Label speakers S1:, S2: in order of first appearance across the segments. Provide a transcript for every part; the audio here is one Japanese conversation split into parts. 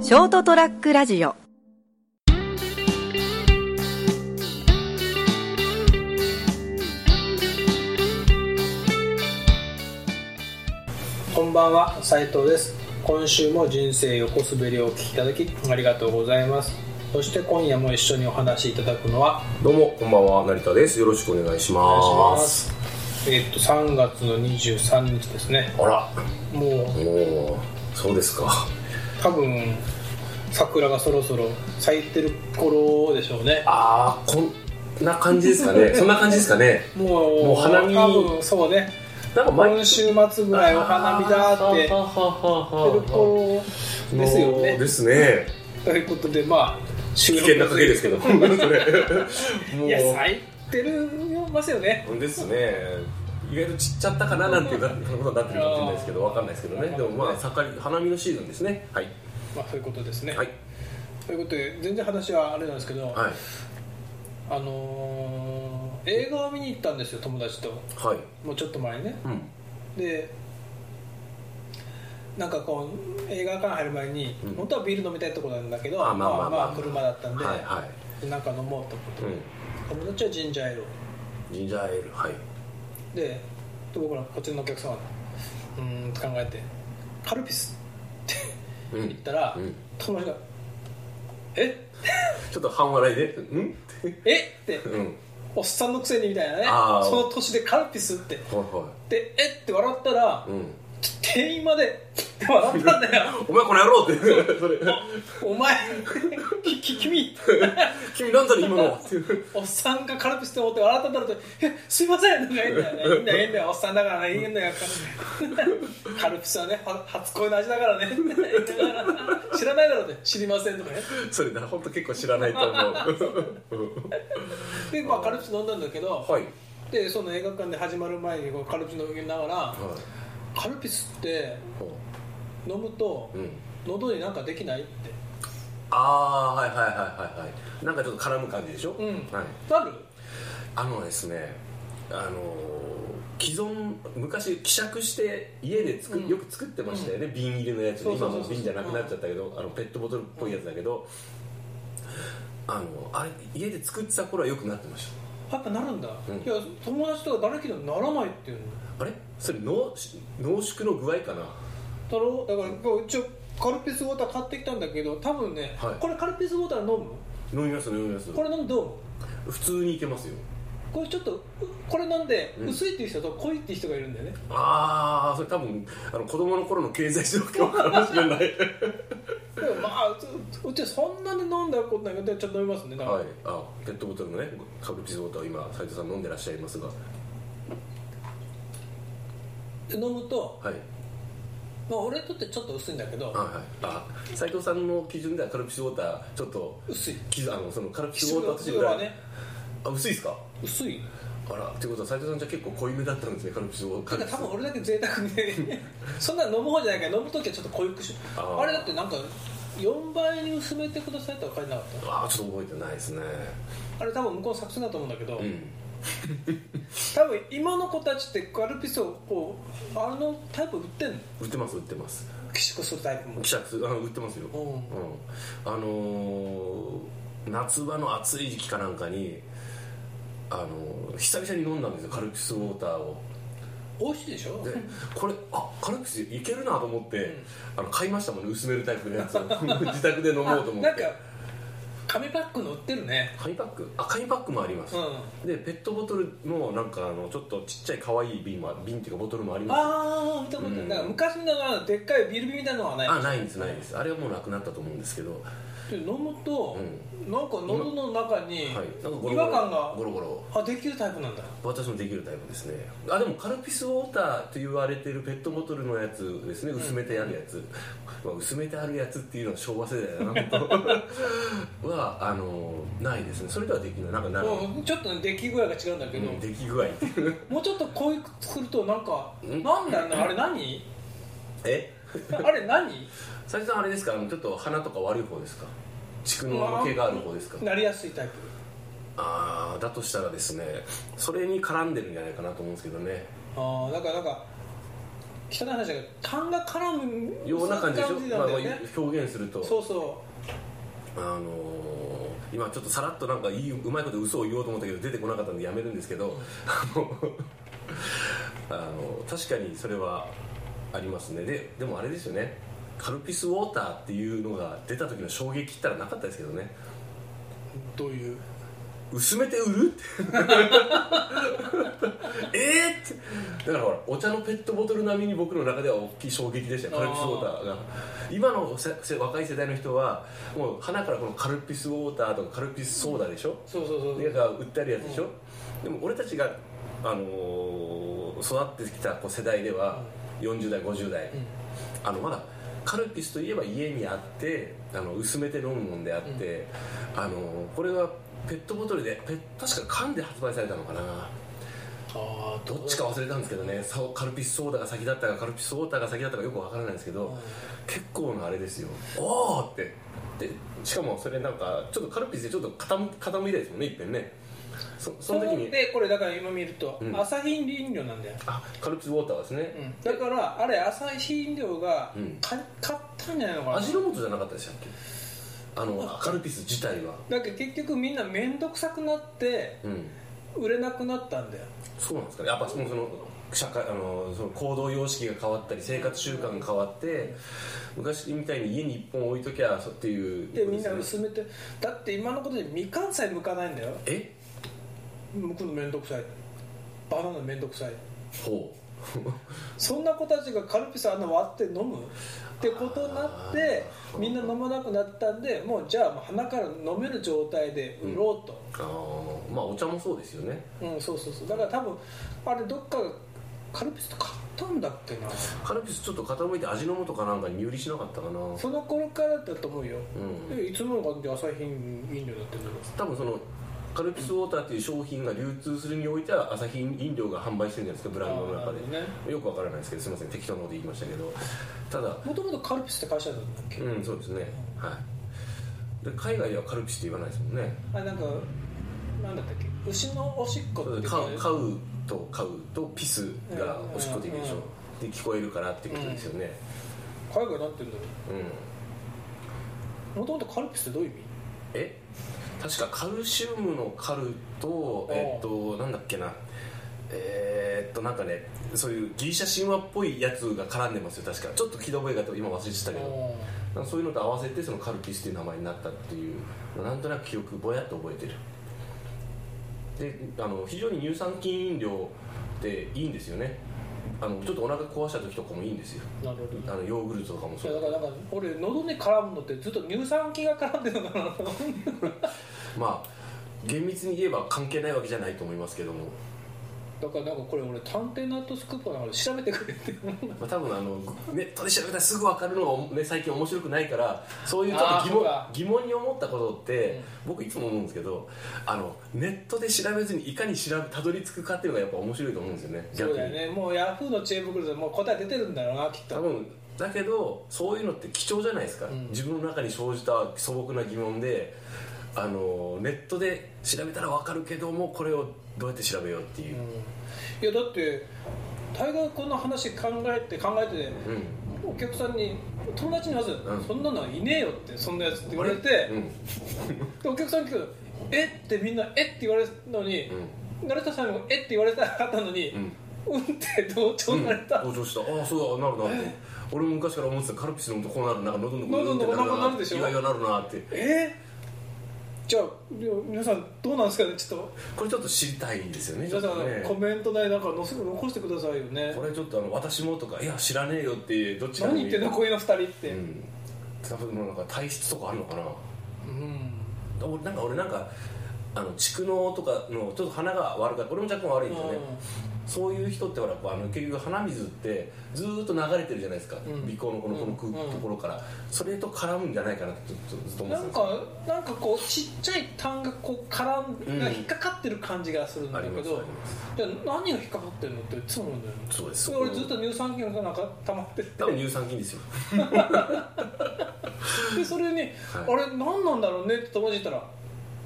S1: ショートトラックラジオ
S2: こんばんは斉藤です今週も人生横滑りをお聞きいただきありがとうございますそして今夜も一緒にお話しいただくのは
S3: どうもこんばんは成田ですよろしくお願いします
S2: お願いしますえっと3月の23日ですね
S3: あら
S2: もう
S3: もうそうですか
S2: 多分桜がそろそろ咲いてる頃でしょうね
S3: ああこんな感じですか ねそんな感じですかね
S2: もう
S3: もう花見
S2: 多分そうね
S3: なんか
S2: 今週末ぐらいお花見だーって
S3: あー
S2: 言っ
S3: ははははは
S2: てる頃ですよね
S3: ですね
S2: ということでまあ危
S3: 危険な賭けですけどそれ も
S2: いや咲いてるますよね
S3: うですねいわゆる散っちゃったかななんていうかことになってるかもしれないですけどわかんないですけどねでもまあ盛り花見のシーズンですねはい
S2: まあそういうことですね、
S3: はい
S2: ということで全然話はあれなんですけど、
S3: はい
S2: あのー映画を見に行ったんですよ友達と
S3: はい
S2: もうちょっと前にね
S3: うん
S2: でなんかこう映画館入る前に、
S3: うん
S2: 本当はビール飲みたいとこなんだけど
S3: あまあまあまあ
S2: 車だったんで、
S3: はいはい
S2: なんか飲もうと思って
S3: う
S2: 友達はジンジャーエールを
S3: んジンジャーエールはい
S2: でで僕らこっちのお客様はうーんって考えてカルピスって
S3: う
S2: 言
S3: ん
S2: ったら、
S3: うん
S2: 友達が「え
S3: ちょっと半笑いで、うんって。
S2: えっ?」て
S3: うん。
S2: おっさんのくせにみたいなね
S3: あー
S2: その年でカルピスって
S3: は
S2: でえって笑ったら、
S3: いはい。うん。
S2: 店員までって笑ったんだ よ
S3: お前この野郎 って。それ、
S2: お前きき君
S3: 君なんだろ今の。 っていう
S2: おっさんがカルピスって思って笑ったんだろうとえすいませんとか言うんだよねいいんだよいいんだよおっさんだからねいいんだよカルピスはねは初恋の味だからね 知らないだろうって知りませんとかね
S3: それな、ほんと結構知らないと 思う。
S2: でまあカルピス飲んだんだけど、
S3: はい。
S2: でその映画館で始まる前にこうカルピス飲みながらカルピスって飲むと
S3: うん。
S2: 喉になんかできないって
S3: あー、はいはいはいはいはい。なんかちょっと絡む感じでしょ
S2: うん
S3: はい。
S2: なる
S3: あのですね、あのー、既存昔希釈して家で作っ
S2: うん
S3: よく作ってましたよね、瓶入りのやつ
S2: そうそ
S3: 今
S2: うそう
S3: も
S2: そう
S3: う瓶じゃなくなっちゃったけど、あのペットボトルっぽいやつだけど、あのあれ家で作ってた頃はよくなってました
S2: やっぱなるんだ、
S3: うん
S2: いや友達とか誰けどならないっていうの
S3: あれそれ濃縮濃縮の具合かな
S2: だろだから今日一応カルピスウォーター買ってきたんだけど多分ね、
S3: はい
S2: これカルピスウォーター飲む
S3: 飲みます飲みます
S2: これ飲んでどう思う
S3: 普通にいけますよ
S2: これちょっとうこれ飲んで
S3: うん
S2: 薄いっていう人と濃いっていう人がいるんだよね、
S3: ああそれ多分あの子供の頃の経済状況かもしれない
S2: でもまあううちはそんなに飲んだことないけどちょっと飲みますねだから、
S3: はいあペットボトルのねカルピスウォーターを今斉藤さん飲んでらっしゃいますがは
S2: で飲むと、
S3: い
S2: まあ、俺にとってちょっと薄いんだけど、
S3: はいはい、あ斉藤さんの基準ではカルピスウォーターちょっと
S2: 薄い
S3: きあのそのカルピスウォーターとして
S2: 人はね
S3: あ薄いですか
S2: 薄い
S3: あらってことは斉藤さんじゃ結構濃いめだったんですねカルピスウォータ
S2: て
S3: ー
S2: か多分俺だけ贅沢でそんな飲む方じゃないから飲む時はちょっと濃いくし
S3: あ
S2: あ
S3: ー
S2: れだってなんか4倍に薄めてくださいとは書いてなかっ
S3: ああちょっと覚えてないですね
S2: たあれ多分向こうの作戦だと思うんだけど、
S3: うん
S2: 多分今の子たちってカルピスをこうあのタイプ売ってんの
S3: 売ってます売ってます
S2: 希釈するタイプも
S3: 希釈するあの売ってますよ
S2: うん
S3: うん、あのー夏場の暑い時期かなんかに、あのー久々に飲んだんですよカルピスウォーターを
S2: 美味しいでしょ
S3: でこれあカルピスいけるなと思って、あの買いましたもんね薄めるタイプのやつを 自宅で飲もう
S2: あ
S3: と思
S2: な
S3: っ
S2: んか
S3: て
S2: 紙パックの売ってるね
S3: 紙パックあ紙パックもあります、
S2: うん
S3: でペットボトルのなんかあのちょっとちっちゃい可愛い瓶もあ瓶っていうかボトルもあります
S2: ああ見たことない、
S3: うん
S2: なんか昔のなんかでっかいビール瓶みたいなのはない
S3: あないんですないんですあれはもうなくなったと思うんですけど
S2: で飲むと、なんか喉の中に
S3: はいなんかゴロゴロ
S2: 違和感が
S3: ゴロゴロ
S2: あできるタイプなんだ
S3: 私もできるタイプですねあでもカルピスウォーターと言われてるペットボトルのやつですね薄めてあるやつ、まあ、薄めてあるやつっていうのは昭和世代だな とはあのないですねそれではできないなんかなる、
S2: うんちょっとね出来具合が違うんだけ
S3: う
S2: ど、
S3: ん、出来具合っていう
S2: もうちょっと濃いく作るとなんか、
S3: うん
S2: なんだろうね あれ何
S3: え
S2: あれ何
S3: 斉藤さんあれですかあのちょっと鼻とか悪い方ですか蓄膿の毛がある方ですか
S2: なりやすいタイプ
S3: ああだとしたらですねそれに絡んでるんじゃないかなと思うんですけどね
S2: ああだからなんか汚い話だけど勘が絡む
S3: ような感じでしょ、
S2: そういう
S3: ま
S2: な
S3: あ
S2: んだ
S3: ま
S2: よ
S3: あ
S2: ね、
S3: 表現すると
S2: そうそ
S3: あのー今ちょっとさらっとなんかいいうまいこと嘘を言おうと思ったけど出てこなかったんでやめるんですけど、あのあの確かにそれはありますねででもあれですよねカルピスウォーターっていうのが出た時の衝撃ったらなかったですけどね
S2: うどういう
S3: 薄めて売る ってえーってだからほらお茶のペットボトル並みに僕の中では大きい衝撃でしたよカルピスウォーターが今のせせ若い世代の人はもう花からこのカルピスウォーターとかカルピスソーダでしょ、
S2: そうそうそう
S3: なんか売ってあるやつでしょ、でも俺たちが、あのー育ってきたこう世代では、40代50代、あのまだカルピスといえば家にあってあの薄めて飲むもんであって、あのーこれはペットボトルでペ確か缶で発売されたのかな
S2: ああ
S3: どっちか忘れたんですけどねそうカルピスソーダが先だったかカルピスウォーターが先だったかよくわからないんですけど、結構なあれですよおーってでしかもそれなんかちょっとカルピスでちょっと傾傾いたですもんねいっぺんねそ
S2: そ
S3: その
S2: の
S3: 時
S2: 時
S3: に
S2: でこれだから今見ると、
S3: うん
S2: アサヒ飲料なんだよ、
S3: あカルピスウォーターですね、
S2: うん、だからあれアサヒ飲料が、
S3: うん
S2: か買ったんじゃないのかな
S3: 味の素じゃなかったでしたっけあのカルピス自体は
S2: だけど結局みんな面倒くさくなって
S3: うん
S2: 売れなくなったんだよ
S3: そうなんですかねやっぱそのその社会あのその行動様式が変わったり生活習慣が変わって昔みたいに家に1本置いときゃそっていう
S2: で
S3: こと
S2: みん
S3: です
S2: な
S3: ね
S2: 薄めてだって今のことでみかんさえ剥かないんだよ
S3: え
S2: 剥くの面倒くさいバナナ面倒くさい
S3: ほう
S2: そんな子たちがカルピスあんな割って飲むってことになって
S3: あー
S2: みんな飲まなくなったんでもうじゃあもう鼻から飲める状態で売ろうと、
S3: あーまあお茶もそうですよね
S2: うん、そうそうそうだから多分あれどっかカルピスと買ったんだっけな
S3: カルピスちょっと傾いて味の素かなんかに入りしなかったかな
S2: その頃からだと思うよ、
S3: うん
S2: でいつもの感じで朝日飲料だったんだろう
S3: 多分そのカルピスウォーターっていう商品が流通するにおいてはアサヒ飲料が販売してるんじゃないですかブランドの中
S2: あーなるほ
S3: で、よくわからないですけどすみません適当なこと言いましたけどただ
S2: もともとカルピスって会社だったんだっけ、
S3: うんそうですねはいで海外ではカルピスって言わないですもんね
S2: あなんかなんだったっけ牛のおしっこ
S3: そう
S2: っ
S3: で
S2: て
S3: 買
S2: ね
S3: う買うと買うとピスがおしっこできるでしょ
S2: うん
S3: で聞こえるからってことですよね
S2: 海外なんて言うんだろ
S3: うん、
S2: うもともとカルピスってどういう意味
S3: え確かカルシウムのカルと
S2: ああ
S3: えっとなんだっけなえーっとなんかねそういうギリシャ神話っぽいやつが絡んでますよ確かちょっと聞いた覚えがあって今忘れてたけどなんかそういうのと合わせてそのカルピスっていう名前になったっていうなんとなく記憶ぼやっと覚えてるであの非常に乳酸菌飲料っていいんですよねあのちょっとお腹壊した時とかもいいんですよ
S2: なるほど
S3: あのヨーグルトとかも
S2: い
S3: そ
S2: や
S3: う
S2: だからなんか俺喉に絡むのってずっと乳酸菌が絡んでるのかなと思って
S3: まあ厳密に言えば関係ないわけじゃないと思いますけども
S2: だからなんかこれ俺探偵ナットスクープだから調べてくれって
S3: まあ、多分あのネットで調べたらすぐ分かるのが、ね、最近面白くないからそういうちょっ
S2: あ
S3: と
S2: ー
S3: 疑
S2: そう
S3: 問
S2: か
S3: 疑問に思ったことって、僕いつも思うんですけどあのネットで調べずにいかに調べたどり着くかっていうのがやっぱ面白いと思うんですよね
S2: そうだよねもうヤフーの知恵袋でもう答え出てるんだろうなきっ
S3: 多
S2: と
S3: 分だけどそういうのって貴重じゃないですか、
S2: ん
S3: 自分の中に生じた素朴な疑問であのネットで調べたら分かるけどもこれをどうやって調べようっていう、
S2: いやだって大概こんな話考えて考えてて
S3: うん
S2: お客さんに友達にまず、
S3: うん
S2: そんなのはいねえよってそんなやつって言われて、
S3: うん
S2: でお客さんに聞くとえってみんなえって言われるのに、成田さんにもえって言われたかったのに、
S3: ん
S2: うん、って同調
S3: うん
S2: された、
S3: 登場したああそうだなるなって俺も昔から思ってたカルピス飲むとこうなるなんか喉のこ
S2: 喉の
S3: うんって
S2: お腹になるでしょ
S3: 意外がなるなって
S2: えじゃあいや皆さんどうなんですかねちょっと
S3: これちょっと知りたいんですよね
S2: 皆さ
S3: ちょっとね
S2: んコメント内なんか載せ残してくださいよね
S3: これちょっとあの私もとかいや知らねえよっていうどっちか
S2: 何言ってんのこういうの二人って
S3: う、ん多分もうなんか体質とかあるのかな
S2: うん
S3: 俺なんか俺なんかあの蓄能とかのちょっと鼻が悪かった俺も若干悪いんですよねそういう人ってほらやっぱあの結局鼻水ってずーっと流れてるじゃないですか
S2: うん
S3: 鼻孔のこのこの空
S2: うん
S3: ところからそれと絡むんじゃないかなってずっとずっと思
S2: な
S3: ってたん
S2: ん
S3: ですよ
S2: かなんかこうちっちゃい単がこう絡んが引っかかってる感じがするんだけど、
S3: あります
S2: いや何が引っかかってるのっていつも思うんだよね
S3: そうです
S2: 俺ずっと乳酸菌がなんか溜まってて
S3: 多分乳酸菌ですよ
S2: でそれに、あれ何なんだろうねって友達に言ったら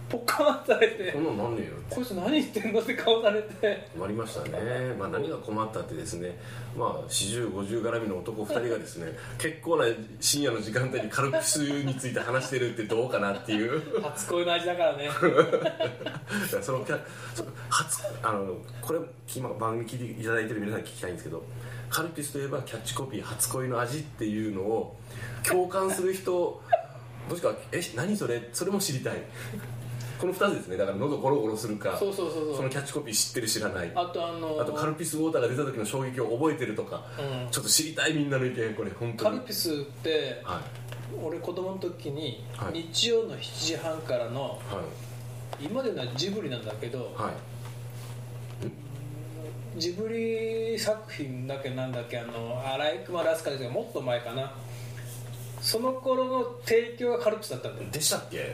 S2: ポッカーンされて
S3: こんなのなんねえよって
S2: こいつ何言ってんのって顔されて
S3: 困りましたね、まあ、何が困ったってですね、まあ、4050絡みの男2人がですね結構な深夜の時間帯にカルピスについて話してるってどうかなっていう
S2: 初恋の味だからね
S3: だからそのキャその初あのこれ今番組聞いていただいてる皆さんに聞きたいんですけどカルピスといえばキャッチコピー「初恋の味」っていうのを共感する人もしくは「え何それそれも知りたい」この2つですねだから喉ゴロゴロするか
S2: そうそうそうそう
S3: そのキャッチコピー知ってる知らない
S2: あとあの
S3: あとカルピスウォーターが出た時の衝撃を覚えてるとか、
S2: うん
S3: ちょっと知りたいみんなの意見これ本当
S2: カ
S3: に
S2: ルピスって
S3: は
S2: 俺子供の時に
S3: はい
S2: 日曜の7時半からの
S3: いは
S2: 今までのはジブリなんだけど
S3: いはい
S2: ジブリ作品だけなんだっけあの荒井熊ラスカですけどもっと前かなその頃の提供がカルピスだったんだよ
S3: でしたっけ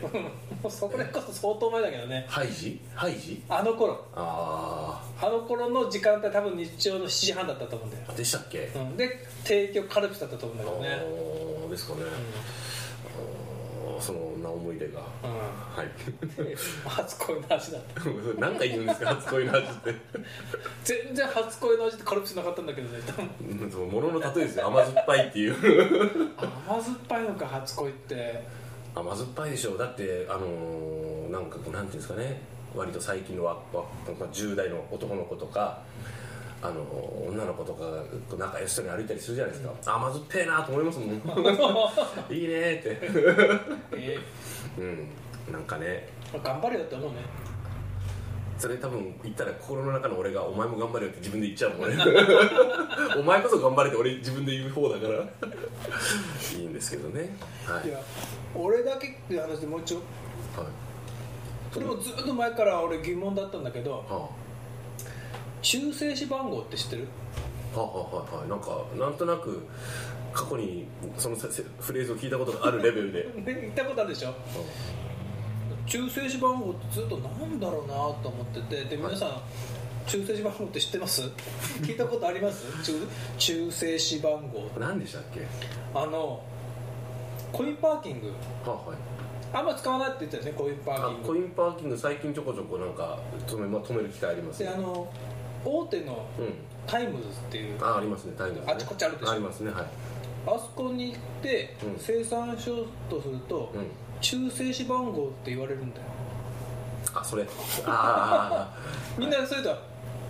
S2: もうそれこそ相当前だけどね
S3: ハイジハイジ
S2: あの頃
S3: あ
S2: あの頃の時間帯多分日曜の7時半だったと思うんだよ、
S3: あでしたっけ、
S2: うん、で提供カルピスだったと思うんだけどね、
S3: あーですかね、あーそのな思い出
S2: う
S3: がはい
S2: ん、初恋の味だった
S3: 何回言うん ですか初恋の味って
S2: 全然初恋の味ってカルピスなかったんだけどね多分
S3: うんそのものの例えですよ甘酸っぱいっていう
S2: 甘酸っぱいのか初恋って
S3: 甘酸っぱいでしょうだってあのーなんかこうなんていうんですかね割と最近のわわまあ10代の男の子とかあのー女の子とかがこう仲良しそうに歩いたりするじゃないですか、甘酸っぱいなと思い ますもんいいねーって
S2: え
S3: うんなんかね
S2: ー頑張れよって思うね
S3: それ多分言ったら心の中の俺が「お前も頑張れよ」って自分で言っちゃう もんねお前こそ頑張れって俺自分で言う方だからいいんですけどねはいい、はい
S2: や俺だけっていう話でもう一応それもずっと前から俺疑問だったんだけど
S3: は
S2: 中性子番号って知ってる
S3: あ、はあ、はあ、はいはいなんかなんとなく過去にそのせせフレーズを聞いたことがあるレベルで
S2: ね言ったことあるでしょ中性子番号ってずっとなんだろうなと思っててで皆さん、中性子番号って知ってます 聞いたことあります中中性子番号
S3: うん何でしたっけ
S2: あのコインパーキング
S3: はあ、はい
S2: あんま使わないって言ってたよねコインパー
S3: あ
S2: キング
S3: コインパーキング最近ちょこちょこなんか止め,、まあ、止める機会あります
S2: であ
S3: ね
S2: の大手の
S3: うん
S2: タイムズっていう
S3: あありますねタイムズね
S2: あちこちあるでしょ
S3: ありますねはい
S2: あそこに行って
S3: うん
S2: 生産しようとすると、
S3: うん
S2: 中性子番号って言われるんだよ
S3: あそれあ
S2: みんなそれだ、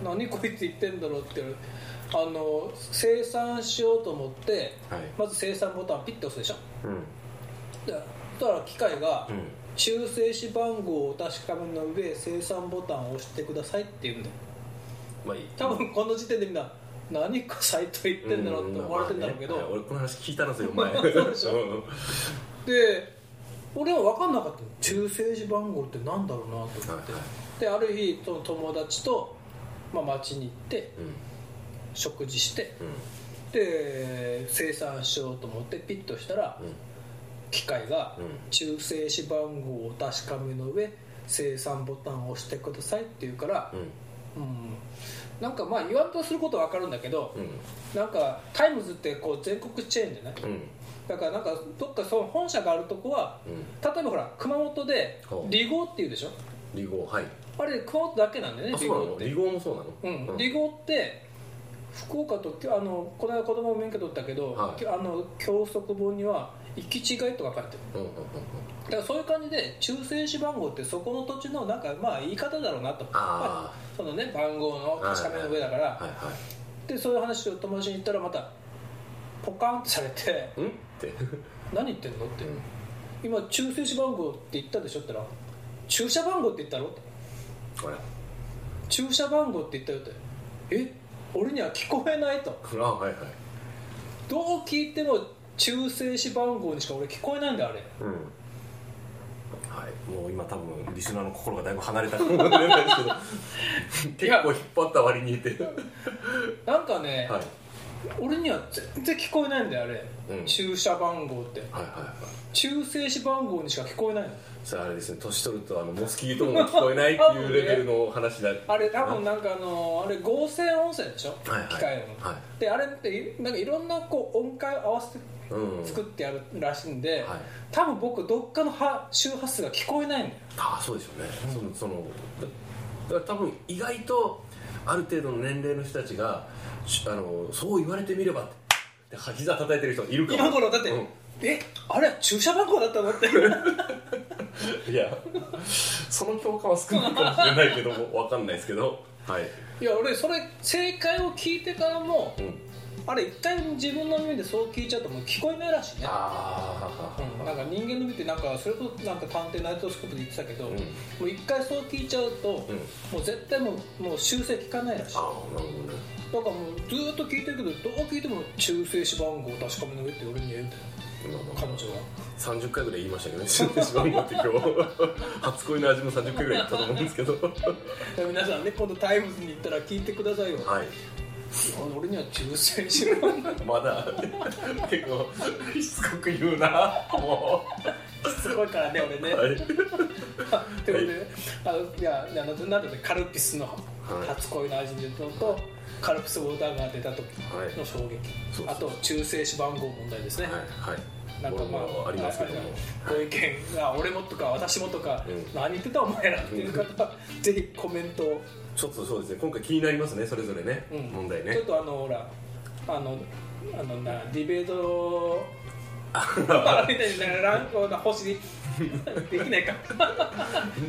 S2: 何こいつ言ってんだろうって言われるあの生産しようと思って
S3: あはい
S2: まず生産ボタンピッて押すでしょ
S3: うん
S2: でそしたら機械が
S3: うん
S2: 中性子番号を確かめの上生産ボタンを押してくださいって言うんだよ
S3: まあいい
S2: 多分この時点でみんな何かサイト言ってんだろうって思われてんだろうけ
S3: まあね
S2: ど
S3: 俺この話聞いたんですよ前
S2: そうでしょで俺は分かんなかったの中性子番号ってなんだろうなと思って
S3: はいはい
S2: である日その友達と、まあ、町に行って
S3: うん
S2: 食事して
S3: うん
S2: で生産しようと思ってピッとしたら
S3: うん
S2: 機械が
S3: うん
S2: 中性子番号を確かめの上生産ボタンを押してくださいって言うから、うん、なんかまあ言わんとすることは分かるんだけど
S3: うん
S2: なんかタイムズってこう全国チェーンじゃない
S3: うん
S2: だからなんかどっかその本社があるとこは
S3: うん
S2: 例えばほら熊本で
S3: ほう
S2: 離合っていうでしょ
S3: 離合はい
S2: あれ熊本だけなんだよね
S3: あそ
S2: 離
S3: うな
S2: 合
S3: の
S2: って
S3: 離合もそう
S2: う
S3: なの
S2: ん、離合って福岡とあのこの間子供も免許取ったけど、
S3: はい
S2: あの教則本には行き違いとか書いてる
S3: うんうんうんうん
S2: だからそういう感じで中性子番号ってそこの土地のなんかまあ言い方だろうなと
S3: あ
S2: そのね番号の確かめの上だから、
S3: あはいは
S2: でそういう話を友達に言ったらまたポカンってされて
S3: いうんって
S2: 「何言ってんの?」って「今中性子番号って言ったでしょ?」って言ったら「注射番号って言ったろ?」
S3: ほら
S2: 注射番号って言ったよ」って「え俺には聞こえない」と。
S3: あはいはい
S2: どう聞いても中性子番号にしか俺聞こえないんだよあれ
S3: うんはいもう今多分リスナーの心がだいぶ離れたかもしれないですけど結構引っ張った割にいて
S2: なんかね、
S3: はい
S2: 俺には全然聞こえないんだよあれ、
S3: うん
S2: 駐車番号って
S3: はいはいはい
S2: 中静止番号にしか聞こえないの
S3: さああれですね年取るとあのモスキート音が聞こえないっていうレベルの話だ
S2: あれ多分なんかあのあれ合成音声でしょ、
S3: はいはい
S2: 機械の、
S3: は
S2: であれっていなんかいろんなこう音階を合わせて
S3: うん
S2: 作ってやるらしいんで、
S3: はい
S2: 多分僕どっかの波周波数が聞こえないんだよ
S3: ああそうでしょうね、そのそのだだから多分意外とある程度の年齢の人たちがしあのそう言われてみればってでは膝叩いてる人いるかも
S2: 今頃だって、
S3: うん
S2: えあれ駐車番号だったのって
S3: いやその共感は少ないかもしれないけども分かんないですけどはい、
S2: いや俺それ正解を聞いてからも
S3: うん、
S2: あれ一回自分の耳でそう聞いちゃうともう聞こえないらしいね
S3: ああ、
S2: うん、なんか人間の耳ってなんかそれこそなんか探偵ナイトスコープで言ってたけど、
S3: うん
S2: もう一回そう聞いちゃうと、
S3: うん
S2: もう絶対もうもう修正聞かないらしい
S3: あ
S2: だ
S3: あ
S2: か
S3: なるほどね
S2: らもうずーっと聞いてるけどどう聞いても中性子番号確かめの上って俺に言うんだよ
S3: まあまあ
S2: 彼女は
S3: 30回ぐらい言いましたけどね 死んでしまうんだって今日初恋の味も30回ぐらい言ったと思うんですけど
S2: いや皆さんね今度タイムズに行ったら聞いてくださいよ、
S3: はい
S2: 俺には中性子番号
S3: まだ結構しつこく言うなも
S2: すごいからね俺
S3: う
S2: ね、
S3: はい
S2: ということで、ね、あいやいやなんなんだっけカルピスの
S3: い
S2: 初恋の味のと、カルピスウォーターが出た時の衝撃、
S3: そうそう
S2: あと中性子番号問題ですね、
S3: はいはい
S2: なんかま
S3: 僕も
S2: あ
S3: ありますけども
S2: あご意見が俺もとか私もとか、
S3: うん
S2: 何言ってたお前らっていう方は、ぜひコメントを、
S3: ちょっとそうですね今回気になりますねそれぞれね、
S2: うん
S3: 問題
S2: ち
S3: ね
S2: ょっとあのほらあのあのなディベー トあみたいなランクな星にできないか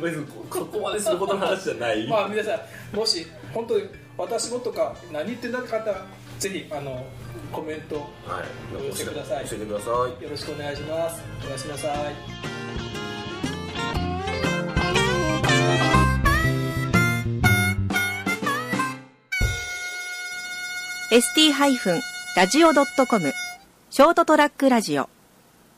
S3: 別にこ そこまでするほどの話じゃない、
S2: まあ皆さんもし本当に私もとか何言ってんだって方はぜひあのコメントよ
S3: はい
S2: 教えてください
S3: 教えてください
S2: ろしくお願いしますおやすみなさい
S1: ー ST-radio.com ショートトラックラジオ